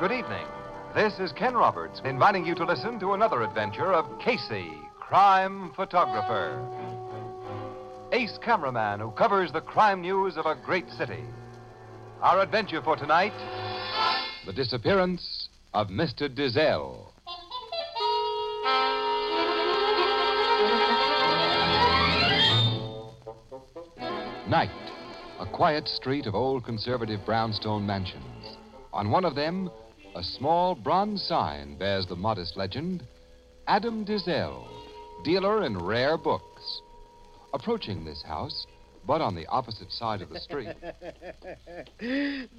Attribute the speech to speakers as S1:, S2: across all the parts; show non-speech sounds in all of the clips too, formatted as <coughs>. S1: Good evening. This is Ken Roberts inviting you to listen to another adventure of Casey, crime photographer. Ace cameraman who covers the crime news of a great city. Our adventure for tonight The Disappearance of Mr. Dizelle. Night, a quiet street of old conservative brownstone mansions. On one of them, a small bronze sign bears the modest legend Adam Dizelle, dealer in rare books. Approaching this house, but on the opposite side of the street,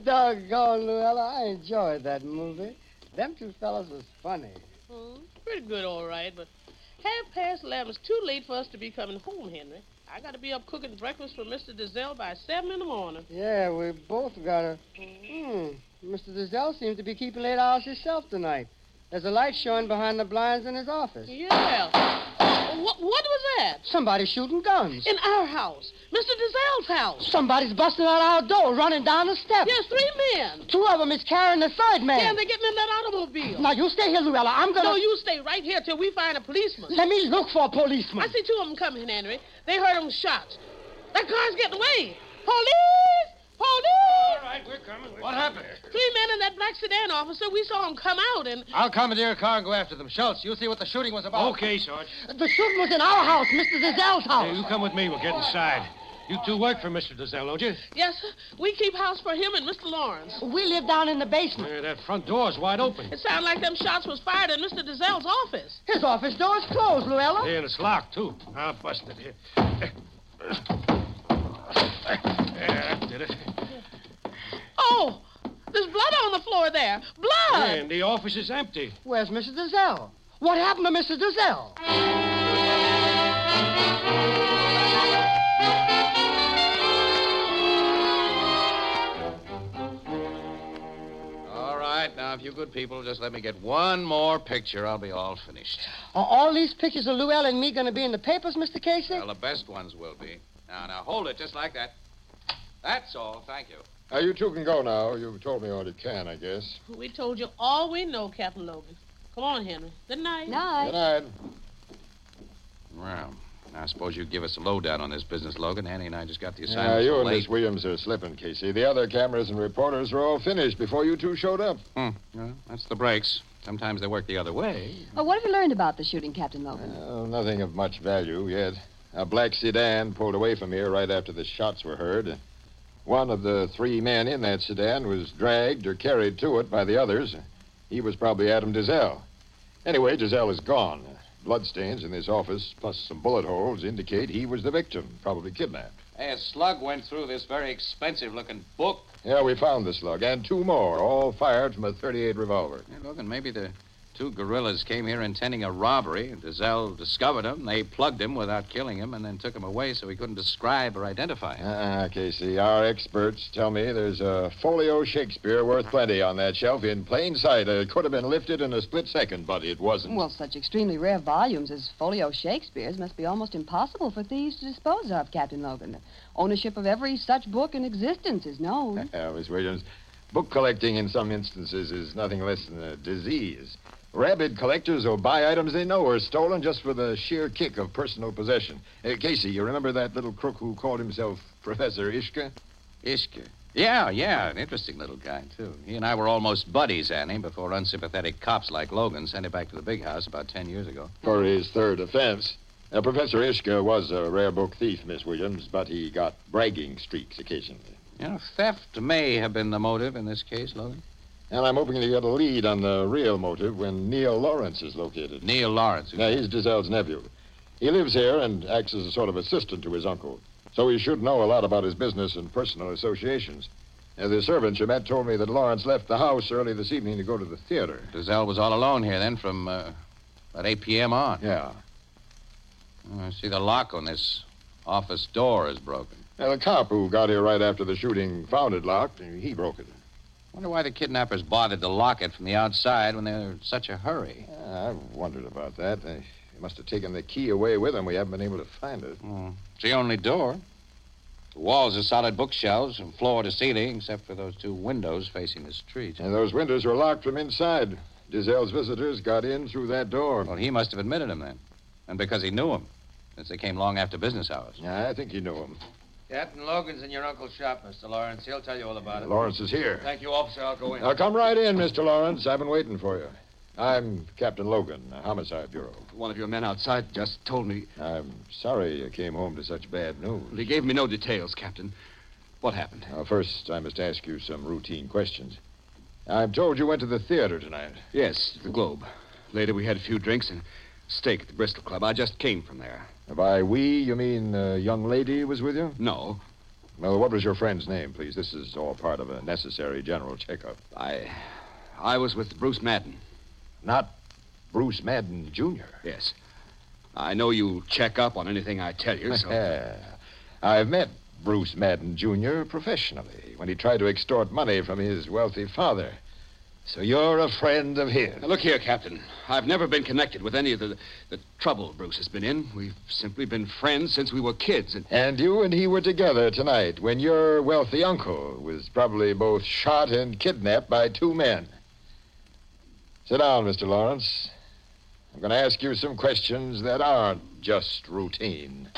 S2: Doggone, Luella, I enjoyed that movie. Them two fellas was funny.
S3: Hmm, pretty good, all right, but half past eleven's too late for us to be coming home, Henry. I gotta be up cooking breakfast for Mr. Dizelle by seven in the morning.
S2: Yeah, we both got a. Hmm. Mr. Dizelle seems to be keeping late hours himself tonight. There's a light showing behind the blinds in his office.
S3: Yeah. What, what was that?
S2: Somebody shooting guns.
S3: In our house, Mr. Dizelle's house.
S2: Somebody's busting out our door, running down the steps.
S3: There's three men.
S2: Two of them is carrying the third man.
S3: Yeah, and they're getting in that automobile.
S2: Now you stay here, Luella. I'm gonna.
S3: No, you stay right here till we find a policeman.
S2: Let me look for a policeman.
S3: I see two of them coming, Henry. They heard them shots. That car's getting away. Police! Police!
S4: right, we're coming. What happened?
S3: Three men in that black sedan, officer. We saw them come out and.
S5: I'll commandeer a car and go after them. Schultz, you see what the shooting was about.
S4: Okay, Sarge.
S2: The shooting was in our house, Mr. Dizelle's
S4: Hey,
S2: house.
S4: you come with me. We'll get inside. You two work for Mr. Dizelle, don't you?
S3: Yes, sir. we keep house for him and Mr. Lawrence.
S2: We live down in the basement.
S4: Yeah, Uh, that front door's wide open.
S3: It sounded like them shots was fired in Mr. Dizelle's office.
S2: His office door is closed, Luella.
S4: Yeah, and it's locked, too. I'll bust it here. Yeah, that did it.
S3: Oh, there's blood on the floor there. Blood!
S4: And the office is empty.
S2: Where's Mrs. Dizelle? What happened to Mrs. Dizelle?
S5: All right, now, if you good people just let me get one more picture, I'll be all finished.
S2: Are all these pictures of Luella and me going to be in the papers, Mr. Casey?
S5: Well, the best ones will be. Now, now, hold it just like that. That's all. Thank you.
S6: Uh, you two can go now. You've told me all you can, I guess.
S3: We told you all we know, Captain Logan. Come on, Henry. Good night.
S6: Good night.
S5: Well, I suppose you give us a lowdown on this business, Logan. Annie and I just got the
S6: Yeah,
S5: assignment.
S6: you
S5: so
S6: and
S5: late.
S6: Miss Williams are slipping, Casey. The other cameras and reporters were all finished before you two showed up.
S5: Well, that's the brakes. Sometimes they work the other way.
S7: Well, Uh, what have you learned about the shooting, Captain Logan?
S6: Well, nothing of much value yet. A black sedan pulled away from here right after the shots were heard. One of the three men in that sedan was dragged or carried to it by the others. He was probably Adam Dizelle. Anyway, Dizelle is gone. Bloodstains in this office, plus some bullet holes, indicate he was the victim, probably kidnapped.
S5: Hey, a slug went through this very expensive-looking book.
S6: Yeah, we found the slug and two more, all fired from a 38 revolver.
S5: Hey, Logan, maybe the two gorillas came here intending a robbery. Dizelle discovered him. They plugged him without killing him and then took him away so he couldn't describe or identify him.
S6: Ah, Casey, our experts tell me there's a folio Shakespeare worth plenty on that shelf in plain sight. It could have been lifted in a split second, but it wasn't.
S7: Well, such extremely rare volumes as folio Shakespeare's must be almost impossible for thieves to dispose of, Captain Logan. The ownership of every such book in existence is known.
S6: Yeah, Uh, Miss Williams, book collecting in some instances is nothing less than a disease. Rabid collectors will buy items they know are stolen just for the sheer kick of personal possession. Uh, Casey, you remember that little crook who called himself Professor Ishka?
S5: Ishka. Yeah, yeah, an interesting little guy, too. He and I were almost buddies, Annie, before unsympathetic cops like Logan sent him back to the big house about ten years ago.
S6: for his third offense. Now, Professor Ishka was a rare book thief, Miss Williams, but he got bragging streaks occasionally.
S5: You know, theft may have been the motive in this case, Logan.
S6: And I'm hoping to get a lead on the real motive when Neil Lawrence is located.
S5: Neil Lawrence. who-
S6: Now, he's Dizelle's nephew. He lives here and acts as a sort of assistant to his uncle, so he should know a lot about his business and personal associations. Now, the servant you met told me that Lawrence left the house early this evening to go to the theater.
S5: Dizelle was all alone here then from uh, about 8 p.m. on.
S6: Yeah.
S5: I see the lock on this office door is broken.
S6: Now, the cop who got here right after the shooting found it locked, and he broke it.
S5: Wonder why the kidnappers bothered to lock it from the outside when they're in such a hurry.
S6: Yeah, Ah, I've wondered about that. They
S5: Hmm.
S6: must have taken the key away with them. We haven't been able to find it.
S5: It's the only door. The walls are solid bookshelves from floor to ceiling, except for those two windows facing the street.
S6: And those windows were locked from inside. Giselle's visitors got in through that door.
S5: Well, he must have admitted him then. And because he knew him, since they came long after business hours.
S6: Yeah, I think you knew him.
S8: Captain Logan's in your uncle's shop, Mr. Lawrence. He'll tell you all about it.
S6: Lawrence is here.
S8: Thank you, officer. I'll go in.
S6: Now, come right in, Mr. Lawrence. I've been waiting for you. I'm Captain Logan, Homicide Bureau.
S9: One of your men outside just told me.
S6: I'm sorry you came home to such bad news.
S9: He gave me no details, Captain. What happened?
S6: Now, first, I must ask you some routine questions. I'm told you went to the theater tonight.
S9: Yes, the Globe. Later, we had a few drinks and steak at the Bristol Club. I just came from there.
S6: By we, you mean the young lady was with you?
S9: No,
S6: Well, what was your friend's name, please? This is all part of a necessary general checkup.
S9: I. I was with Bruce Madden.
S6: Not Bruce Madden, Jr.
S9: Yes. I know you'll check up on anything I tell you,
S10: <laughs>
S9: so.
S6: <laughs> I've met Bruce Madden, Jr. professionally when he tried to extort money from his wealthy father. So you're a friend of his.
S9: Now, look here, Captain. I've never been connected with any of the, the trouble Bruce has been in. We've simply been friends since we were kids, and
S6: And you and he were together tonight when your wealthy uncle was probably both shot and kidnapped by two men. Sit down, Mr. Lawrence. I'm going to ask you some questions that aren't just routine.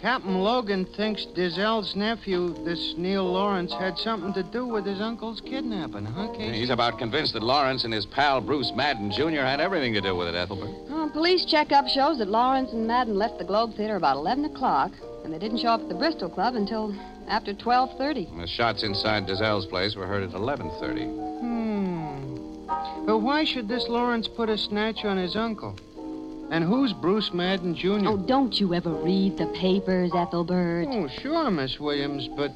S2: Captain Logan thinks Dizelle's nephew, this Neil Lawrence, had something to do with his uncle's kidnapping, huh,
S5: And
S2: Casey?
S5: he's about convinced that Lawrence and his pal Bruce Madden Jr. had everything to do with it, Ethelbert.
S7: Well, Uh, police checkup shows that Lawrence and Madden left the Globe Theater about 11 o'clock, and they didn't show up at the Bristol Club until after 12.30.
S5: And the shots inside Dizelle's place were heard at 11:30.
S2: Hmm. But why should this Lawrence put a snatch on his uncle? And who's Bruce Madden Jr.?
S7: Oh, don't you ever read the papers, Ethelbert.
S2: Oh, sure, Miss Williams, but.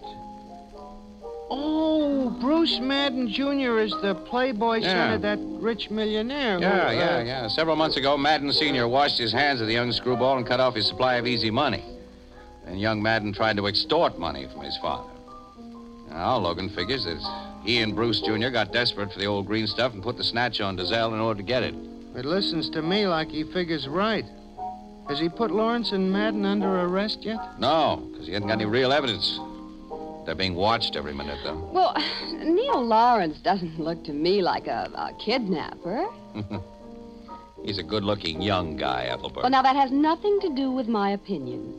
S2: Oh, Bruce Madden Jr. is the playboy son
S5: Yeah.
S2: of that rich millionaire. who,
S5: Yeah,
S2: uh,
S5: yeah, yeah. Several months ago, Madden Sr. washed his hands of the young screwball and cut off his supply of easy money. And young Madden tried to extort money from his father. Now, Logan figures that he and Bruce Jr. got desperate for the old green stuff and put the snatch on Dizelle in order to get it.
S2: It listens to me like he figures right. Has he put Lawrence and Madden under arrest yet?
S5: No, because he hadn't got any real evidence. They're being watched every minute, though.
S7: Well, <sighs> Neil Lawrence doesn't look to me like a, a kidnapper.
S5: He's a good looking young guy,
S7: Well,
S5: Ethelbert.
S7: now, that has nothing to do with my opinion.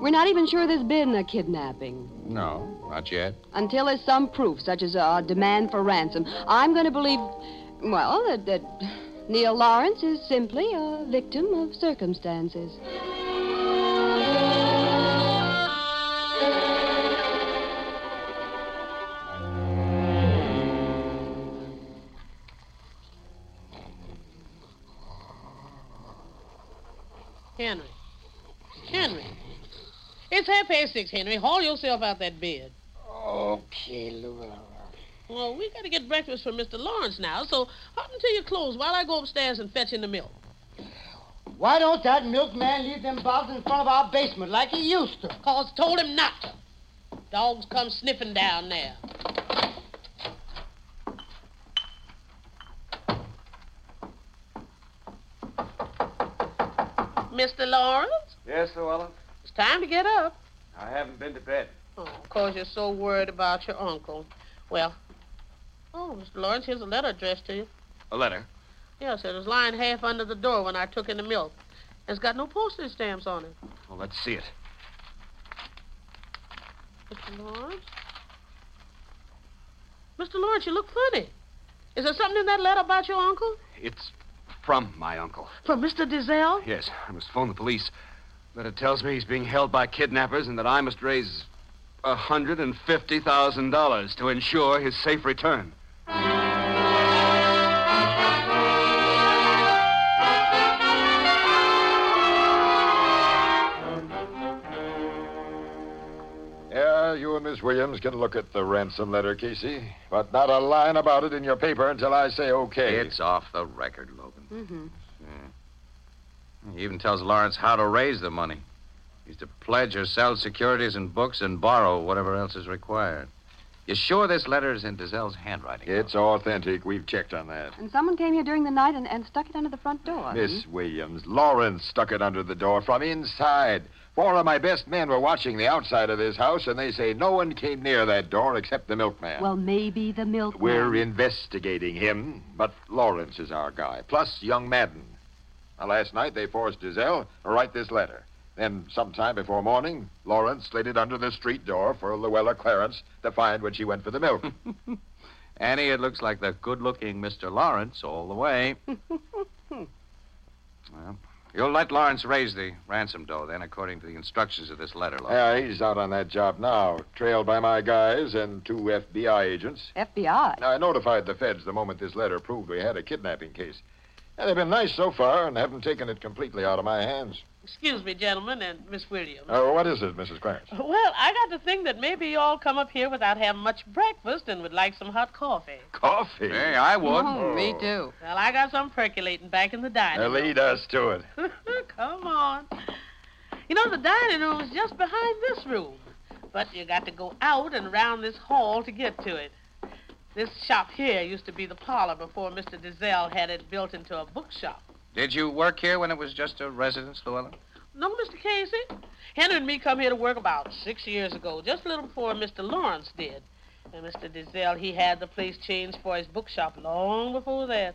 S7: We're not even sure there's been a kidnapping.
S5: No, not yet.
S7: Until there's some proof, such as a demand for ransom, I'm going to believe, well, that, that Neil Lawrence is simply a victim of circumstances.
S3: Henry. Henry. It's half past six, Henry. Haul yourself out that bed.
S2: Okay, Lula.
S3: Well, we gotta get breakfast for Mr. Lawrence now, so hop into your clothes while I go upstairs and fetch in the milk.
S2: Why don't that milkman leave them bottles in front of our basement like he used to?
S3: Cause told him not to. Dogs come sniffing down there. Mr. Lawrence,
S8: Yes, Luella?
S3: it's time to get up.
S8: I haven't been to bed.
S3: Oh, of course you're so worried about your uncle. Well, oh, Mr. Lawrence, here's a letter addressed to you.
S8: A letter?
S3: Yes, it was lying half under the door when I took in the milk. It's got no postage stamps on it.
S8: Well, let's see it.
S3: Mr. Lawrence? Mr. Lawrence, you look funny. Is there something in that letter about your uncle?
S9: It's from my uncle.
S3: From Mr. Dizelle?
S9: Yes, I must phone the police. Letter tells me he's being held by kidnappers and that I must raise $150,000 to ensure his safe return.
S6: Yeah, you and Miss Williams can look at the ransom letter, Casey, but not a line about it in your paper until I say okay.
S5: It's off the record, Logan.
S7: Mm-hmm.
S5: He even tells Lawrence how to raise the money. He's to pledge or sell securities and books and borrow whatever else is required. You sure this letter is in Dizelle's handwriting?
S6: It's authentic. We've checked on that.
S7: And someone came here during the night and, and stuck it under the front door.
S6: Miss Williams, Lawrence stuck it under the door from inside. Four of my best men were watching the outside of this house, and they say no one came near that door except the milkman.
S7: Hmm? Well, maybe the milk.
S6: We're investigating him, but Lawrence is our guy, plus young Madden. Now, last night they forced Giselle to write this letter. Then, sometime before morning, Lawrence slid it under the street door for Luella Clarence to find when she went for the milk.
S5: Annie, it looks like the good looking Mr. Lawrence all the way. well, you'll let Lawrence raise the ransom dough, then, according to the instructions of this letter,
S9: Uh,
S5: Lawrence.
S6: yeah, he's out on that job now, trailed by my guys and two FBI agents.
S7: FBI.
S6: Now, I notified the feds the moment this letter proved we had a kidnapping case. Yeah, they've been nice so far and haven't taken it completely out of my hands.
S3: Excuse me, gentlemen, and Miss Williams.
S6: Uh, what is it, Mrs. Clarence?
S3: Well, I got to think that maybe you all come up here without having much breakfast and would like some hot coffee.
S6: Coffee.
S5: Hey, I would.
S6: me
S7: too.
S3: Well, I got some percolating back in the dining room.
S6: Oh, uh, lead us to it.
S3: <laughs> Come on. You know, the dining room is just behind this room. But you got to go out and around this hall to get to it. This shop here used to be the parlor before Mr. Dizelle had it built into a bookshop.
S5: Did you work here when it was just a residence, Luella?
S3: No, Mr. Casey. Henry and me come here to work about six years ago, just a little before Mr. Lawrence did. And Mr. Dizelle, he had the place changed for his bookshop long before that.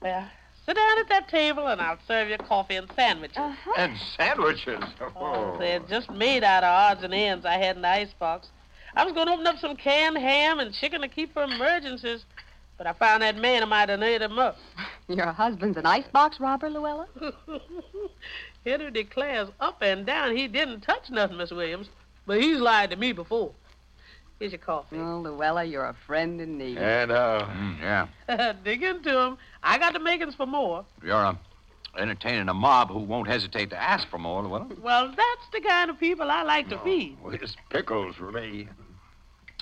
S3: Well, sit down at that table and I'll serve you coffee and sandwiches.
S6: And sandwiches.
S3: Oh, They're just made out of odds and ends I had in the icebox. I was going to open up some canned ham and chicken to keep for emergencies, but I found that man of mine and ate him up.
S7: Your husband's an icebox robber, Luella?
S3: <laughs> Henry declares up and down he didn't touch nothing, Miss Williams, but he's lied to me before. Here's your coffee.
S7: Oh, Luella, you're a friend in need.
S6: And, uh,
S5: Hmm, yeah.
S3: <laughs> Dig into him. I got the makings for more.
S5: You're uh, entertaining a mob who won't hesitate to ask for more, Luella.
S3: Well, that's the kind of people I like to feed.
S6: it's pickles for me.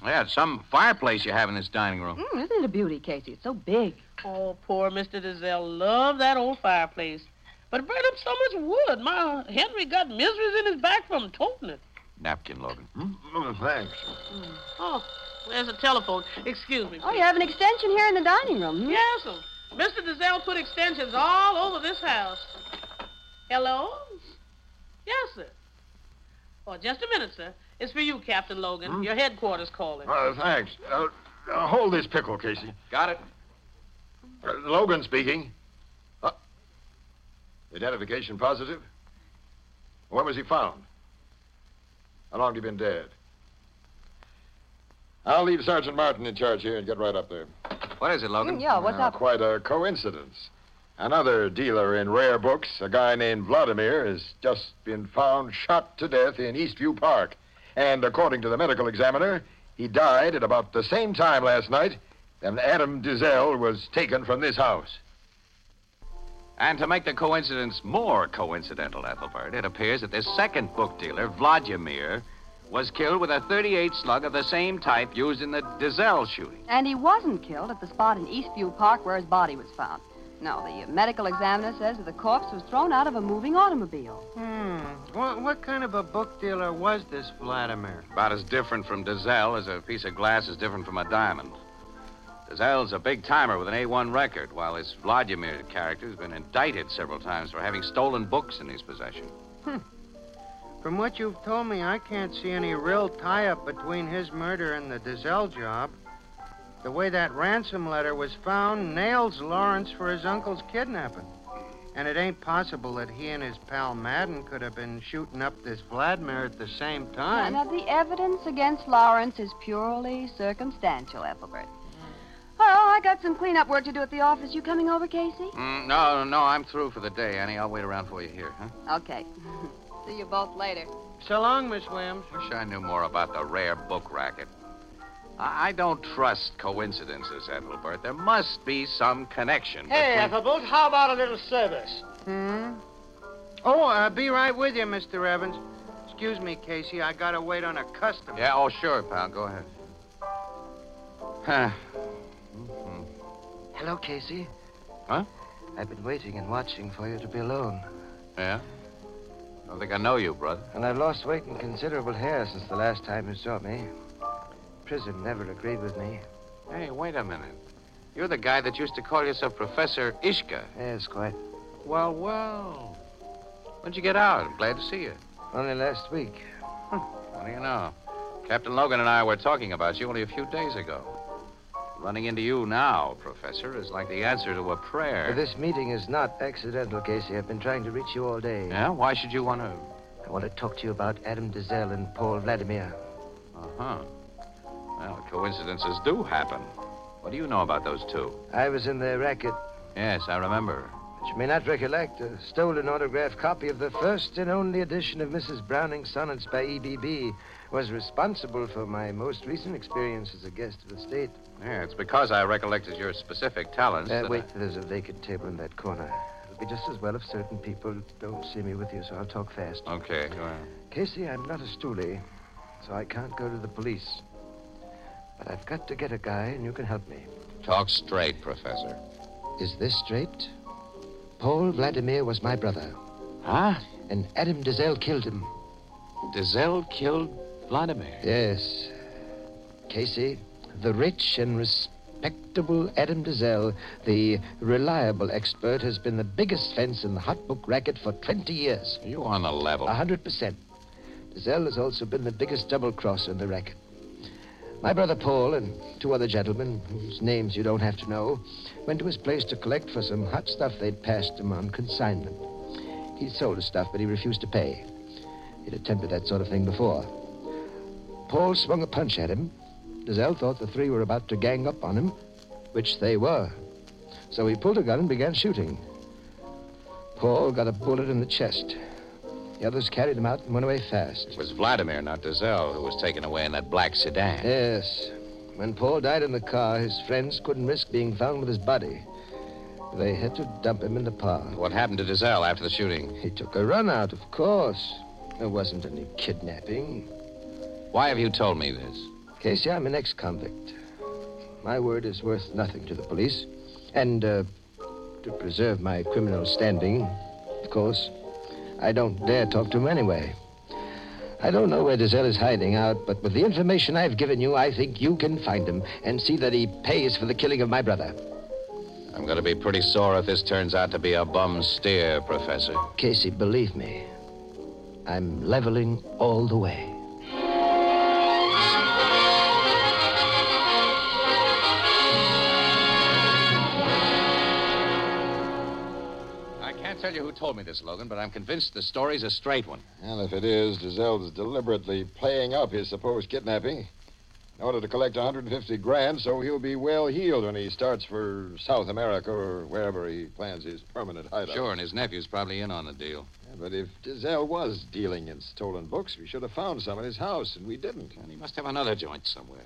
S5: Yeah, it's some fireplace you have in this dining room.
S7: Mm, isn't it a beauty, Casey? It's so big.
S3: Oh, poor Mr. Dizelle loved that old fireplace. But it burned up so much wood. My Henry got miseries in his back from toting it.
S5: Napkin, Logan.
S6: Hmm? Thanks.
S3: Oh, there's a telephone. Excuse me.
S7: Oh,
S3: please.
S7: you have an extension here in the dining room. hmm?
S3: Yes, um, Mr. Dizelle put extensions all over this house. Hello? Yes, sir. Oh, just a minute, sir. It's for you, Captain Logan. Your headquarters calling.
S6: Uh, thanks. Uh, uh, hold this pickle, Casey.
S5: Got it?
S6: Uh, Logan speaking. Uh, identification positive? When was he found? How long have you been dead? I'll leave Sergeant Martin in charge here and get right up there.
S5: What is it, Logan?
S7: Mm, yeah, what's
S6: Now,
S7: up?
S6: Quite a coincidence. Another dealer in rare books, a guy named Vladimir, has just been found shot to death in Eastview Park. And according to the medical examiner, he died at about the same time last night that Adam Dizelle was taken from this house.
S5: And to make the coincidence more coincidental, Ethelbert, it appears that this second book dealer, Vladimir, was killed with a 38 slug of the same type used in the Dizelle shooting.
S7: And he wasn't killed at the spot in Eastview Park where his body was found. No, the uh, medical examiner says that the corpse was thrown out of a moving automobile.
S10: Hmm. What, what kind of a book dealer was this Vladimir?
S5: About as different from Dizelle as a piece of glass is different from a diamond. Dizelle's a big timer with an A1 record, while this Vladimir character has been indicted several times for having stolen books in his possession.
S10: From what you've told me, I can't see any real tie up between his murder and the Dizelle job. The way that ransom letter was found nails Lawrence for his uncle's kidnapping. And it ain't possible that he and his pal Madden could have been shooting up this Vladimir at the same time.
S7: Now, the evidence against Lawrence is purely circumstantial, Ethelbert. Oh, I got some cleanup work to do at the office. You coming over, Casey?
S5: Mm, no, no, I'm through for the day, Annie. I'll wait around for you here, huh?
S7: Okay. <laughs> See you both later.
S10: So long, Miss Williams.
S5: Wish I knew more about the rare book racket. I, I don't trust coincidences, Ethelbert. There must be some connection.
S10: Hey,
S5: between-
S10: Ethelbert, how about a little service? Hmm? Oh, uh, be right with you, Mr. Evans. Excuse me, Casey. I gotta wait on a customer.
S5: Yeah, oh, sure, pal. Go ahead. Huh. Mhm.
S10: Hello, Casey.
S5: Huh?
S10: I've been waiting and watching for you to be alone.
S5: Yeah? Don't think I know you, brother.
S10: And I've lost weight and considerable hair since the last time you saw me. prison never agreed with me.
S8: Hey, wait a minute. You're the guy that used to call yourself Professor Ishka.
S10: Yes, quite.
S8: Well, well. When'd you get out? I'm glad to see you.
S10: Only last week.
S8: What do you know? Captain Logan and I were talking about you only a few days ago. Running into you now, Professor, is like the answer to a prayer.
S10: But This meeting is not accidental, Casey. I've been trying to reach you all day.
S8: Yeah? Why should you want to?
S10: I want to talk to you about Adam Dazelle and Paul Vladimir.
S8: Uh huh. Well, coincidences do happen. What do you know about those two?
S10: I was in their racket,
S8: Yes, I remember.
S10: but you may not recollect, a stolen autographed copy of the first and only edition of Mrs. Browning's sonnets by E.B.B. was responsible for my most recent experience as a guest of the state.
S8: Yeah, it's because I recollected your specific talents.
S10: Uh,
S8: that
S10: wait, there's a vacant table in that corner. It'll be just as well if certain people don't see me with you, so I'll talk fast.
S8: I... Okay, go ahead.
S10: Casey, I'm not a stoolie, so I can't go to the police. But I've got to get a guy, and you can help me.
S5: Talk straight, Professor.
S10: Is this straight? Paul Vladimir was my brother.
S5: Huh?
S10: And Adam Dazelle killed him.
S5: Dazelle killed Vladimir.
S10: Yes. Casey, the rich and respectable Adam Dazelle, the reliable expert, has been the biggest fence in the hot book racket for 20 years.
S5: Are you on the level?
S10: A hundred percent. Dazelle has also been the biggest double crosser in the racket. My brother Paul and two other gentlemen, whose names you don't have to know, went to his place to collect for some hot stuff they'd passed him on consignment. He'd sold his stuff, but he refused to pay. He'd attempted that sort of thing before. Paul swung a punch at him. Dazelle thought the three were about to gang up on him, which they were. So he pulled a gun and began shooting. Paul got a bullet in the chest. The others carried him out and went away fast.
S5: It was Vladimir, not Dazelle, who was taken away in that black sedan.
S10: Yes. When Paul died in the car, his friends couldn't risk being found with his body. They had to dump him in the park.
S5: What happened to Dazelle after the shooting?
S10: He took a run out, of course. There wasn't any kidnapping.
S5: Why have you told me this?
S10: Casey, I'm an ex convict. My word is worth nothing to the police. And uh, to preserve my criminal standing, of course, I don't dare talk to him anyway. I don't know where Dazelle is hiding out, but with the information I've given you, I think you can find him and see that he pays for the killing of my brother.
S5: I'm going to be pretty sore if this turns out to be a bum steer, Professor.
S10: Casey, believe me, I'm leveling all the way.
S5: I can't tell you who told me this, Logan, but I'm convinced the story's a straight one.
S6: And if it is, Giselle's deliberately playing up his supposed kidnapping in order to collect 150 grand, so he'll be well heeled when he starts for South America or wherever he plans his permanent hideout.
S5: Sure, and his nephew's probably in on the deal.
S6: Yeah, but if Giselle was dealing in stolen books, we should have found some in his house, and we didn't.
S5: And he must have another joint somewhere.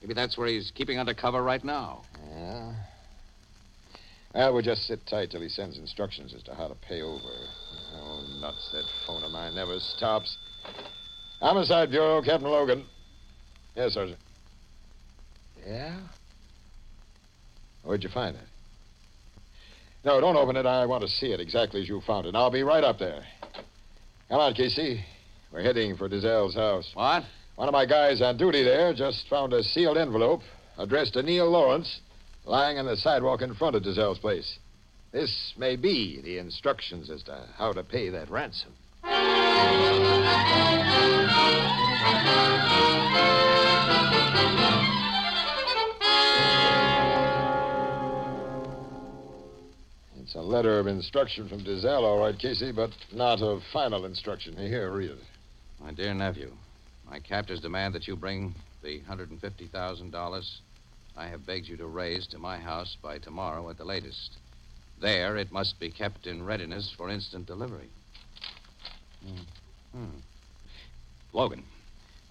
S5: Maybe that's where he's keeping under cover right now.
S6: Yeah. Uh, Well, we'll just sit tight till he sends instructions as to how to pay over. Oh, nuts, that phone of mine never stops. Homicide Bureau, Captain Logan. Yes, Sergeant.
S10: Yeah?
S6: Where'd you find it? No, don't open it. I want to see it exactly as you found it. I'll be right up there. Come on, Casey. We're heading for Dizelle's house.
S5: What?
S6: One of my guys on duty there just found a sealed envelope addressed to Neil Lawrence lying on the sidewalk in front of Dizelle's place. This may be the instructions as to how to pay that ransom. It's a letter of instruction from Dizelle, all right, Casey, but not of final instruction. Here, read it.
S5: My dear nephew, my captors demand that you bring the $150,000 I have begged you to raise to my house by tomorrow at the latest. There, it must be kept in readiness for instant delivery. Hmm. Hmm. Logan,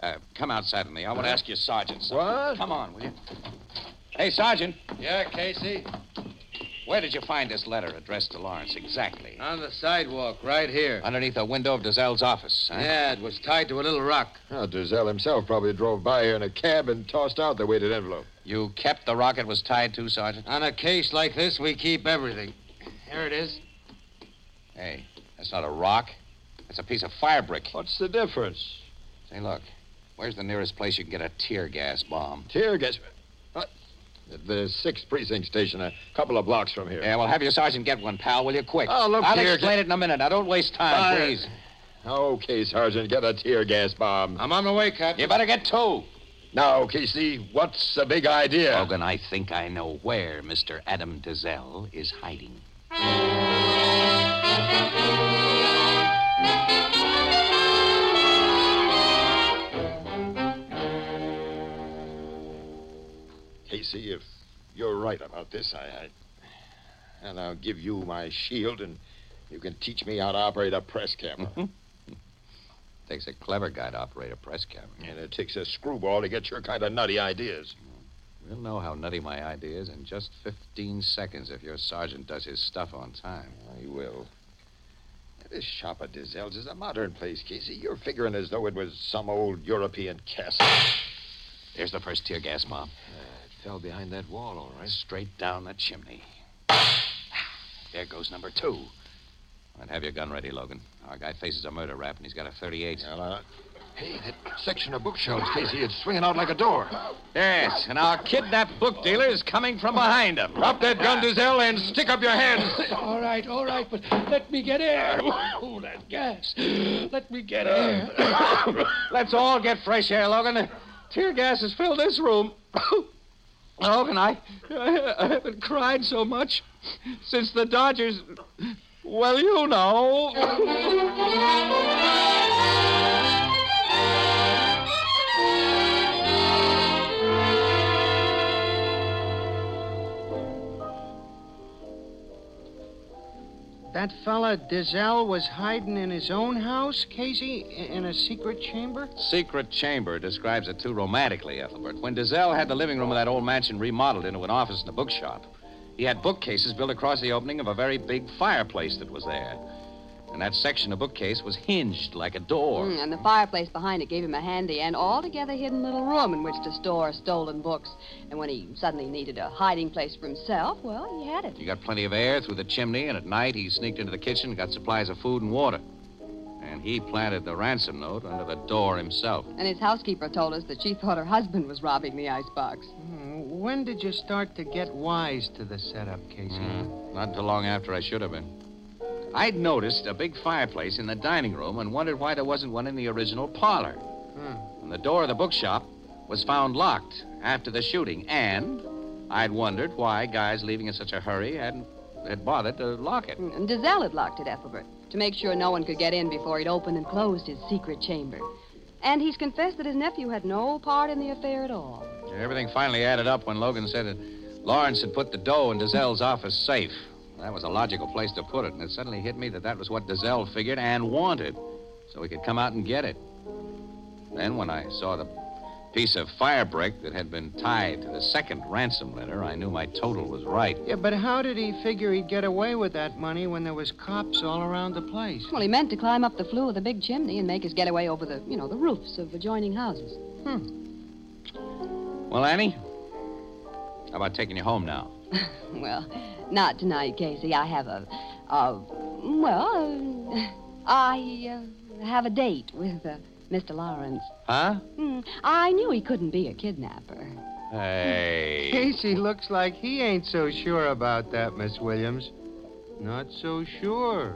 S5: uh, come outside with me. I want to ask you, Sergeant. Something.
S6: What?
S5: Uh, Come on, will you? Hey, Sergeant,
S8: Yeah, Casey?
S5: where did you find this letter addressed to Lawrence exactly?
S8: On the sidewalk, right here.
S5: Underneath the window of Dazelle's office, huh?
S8: Yeah, it was tied to a little rock.
S6: Oh, Dizelle himself probably drove by here in a cab and tossed out the weighted envelope.
S5: You kept the rocket was tied to, Sergeant?
S8: On a case like this, we keep everything. Here it is.
S5: Hey, that's not a rock. That's a piece of fire brick.
S6: What's the difference?
S5: Say, look. Where's the nearest place you can get a tear gas bomb?
S6: Tear gas. Uh, at the sixth precinct station, a couple of blocks from here.
S5: Yeah, well, have your sergeant get one, pal, will you? Quick.
S6: Oh, look
S5: I'll
S6: here,
S5: explain it in a minute. Now, don't waste time,
S6: Fire.
S5: please.
S6: Okay, Sergeant, get a tear gas bomb.
S5: I'm on my way, Captain. You better get two.
S6: Now, Casey, what's the big idea?
S5: Logan, I think I know where Mr. Adam Dazell is hiding.
S6: Casey, if you're right about this, I, I. And I'll give you my shield, and you can teach me how to operate a press camera.
S5: Mm-hmm. Takes a clever guy to operate a press camera.
S6: and it takes a screwball to get your kind of nutty ideas.
S5: We'll know how nutty my idea is in just 15 seconds if your sergeant does his stuff on time.
S6: I will. This shop of Dizel's is a modern place, Casey. You're figuring as though it was some old European castle.
S5: There's the first tear gas bomb.
S6: It fell behind that wall, all right.
S5: Straight down the chimney. There goes number two. All right, have your gun ready, Logan. Our guy faces a murder rap, and he's got a 38.
S6: Well, uh, hey, that section of bookshelves, Casey, it's swinging out like a door.
S5: Yes, and our kidnapped book dealer is coming from behind him. Drop that gun, Dizel, and stick up your hands.
S11: <laughs> All right, all right, but let me get
S5: <laughs>
S11: air. Oh, that gas. Let me get air.
S5: Uh, <coughs> Let's all get fresh air, Logan. Tear gas has filled this room. <coughs> Logan, I, I haven't cried so much since the Dodgers. Well, you
S11: Oh,
S5: know.
S10: That fella Dizelle was hiding in his own house, Casey, I- in a secret chamber?
S5: Secret chamber describes it too romantically, Ethelbert. When Dizelle had the living room of that old mansion remodeled into an office and a bookshop, he had bookcases built across the opening of a very big fireplace that was there. And that section of bookcase was hinged like a door.
S7: Mm, and the fireplace behind it gave him a handy and altogether hidden little room in which to store stolen books. And when he suddenly needed a hiding place for himself, well, he had it.
S5: You got plenty of air through the chimney, and at night he sneaked into the kitchen and got supplies of food and water. And he planted the ransom note under the door himself.
S7: And his housekeeper told us that she thought her husband was robbing the icebox.
S10: Hmm, When did you start to get wise to the setup, Casey?
S5: Not too long after I should have been. I'd noticed a big fireplace in the dining room and wondered why there wasn't one in the original parlor. And the door of the bookshop was found locked after the shooting, and I'd wondered why guys leaving in such a hurry hadn't had bothered to lock it.
S7: And Dizelle had locked it, Ethelbert, to make sure no one could get in before he'd opened and closed his secret chamber. And he's confessed that his nephew had no part in the affair at all.
S5: Everything finally added up when Logan said that Lawrence had put the dough in Dazelle's office safe. That was a logical place to put it, and it suddenly hit me that that was what Dazelle figured and wanted, so he could come out and get it. Then, when I saw the piece of fire brick that had been tied to the second ransom letter, I knew my total was right.
S10: Yeah, but how did he figure he'd get away with that money when there was cops all around the place?
S7: Well, he meant to climb up the flue of the big chimney and make his getaway over the, you know, the roofs of adjoining houses.
S5: Well, Annie, how about taking you home now?
S7: Well, not tonight, Casey. I have a, a well, uh, I uh, have a date with uh, Mr. Lawrence.
S5: Huh?
S7: Hmm, I knew he couldn't be a kidnapper.
S5: Hey.
S10: Casey looks like he ain't so sure about that, Miss Williams. Not so sure.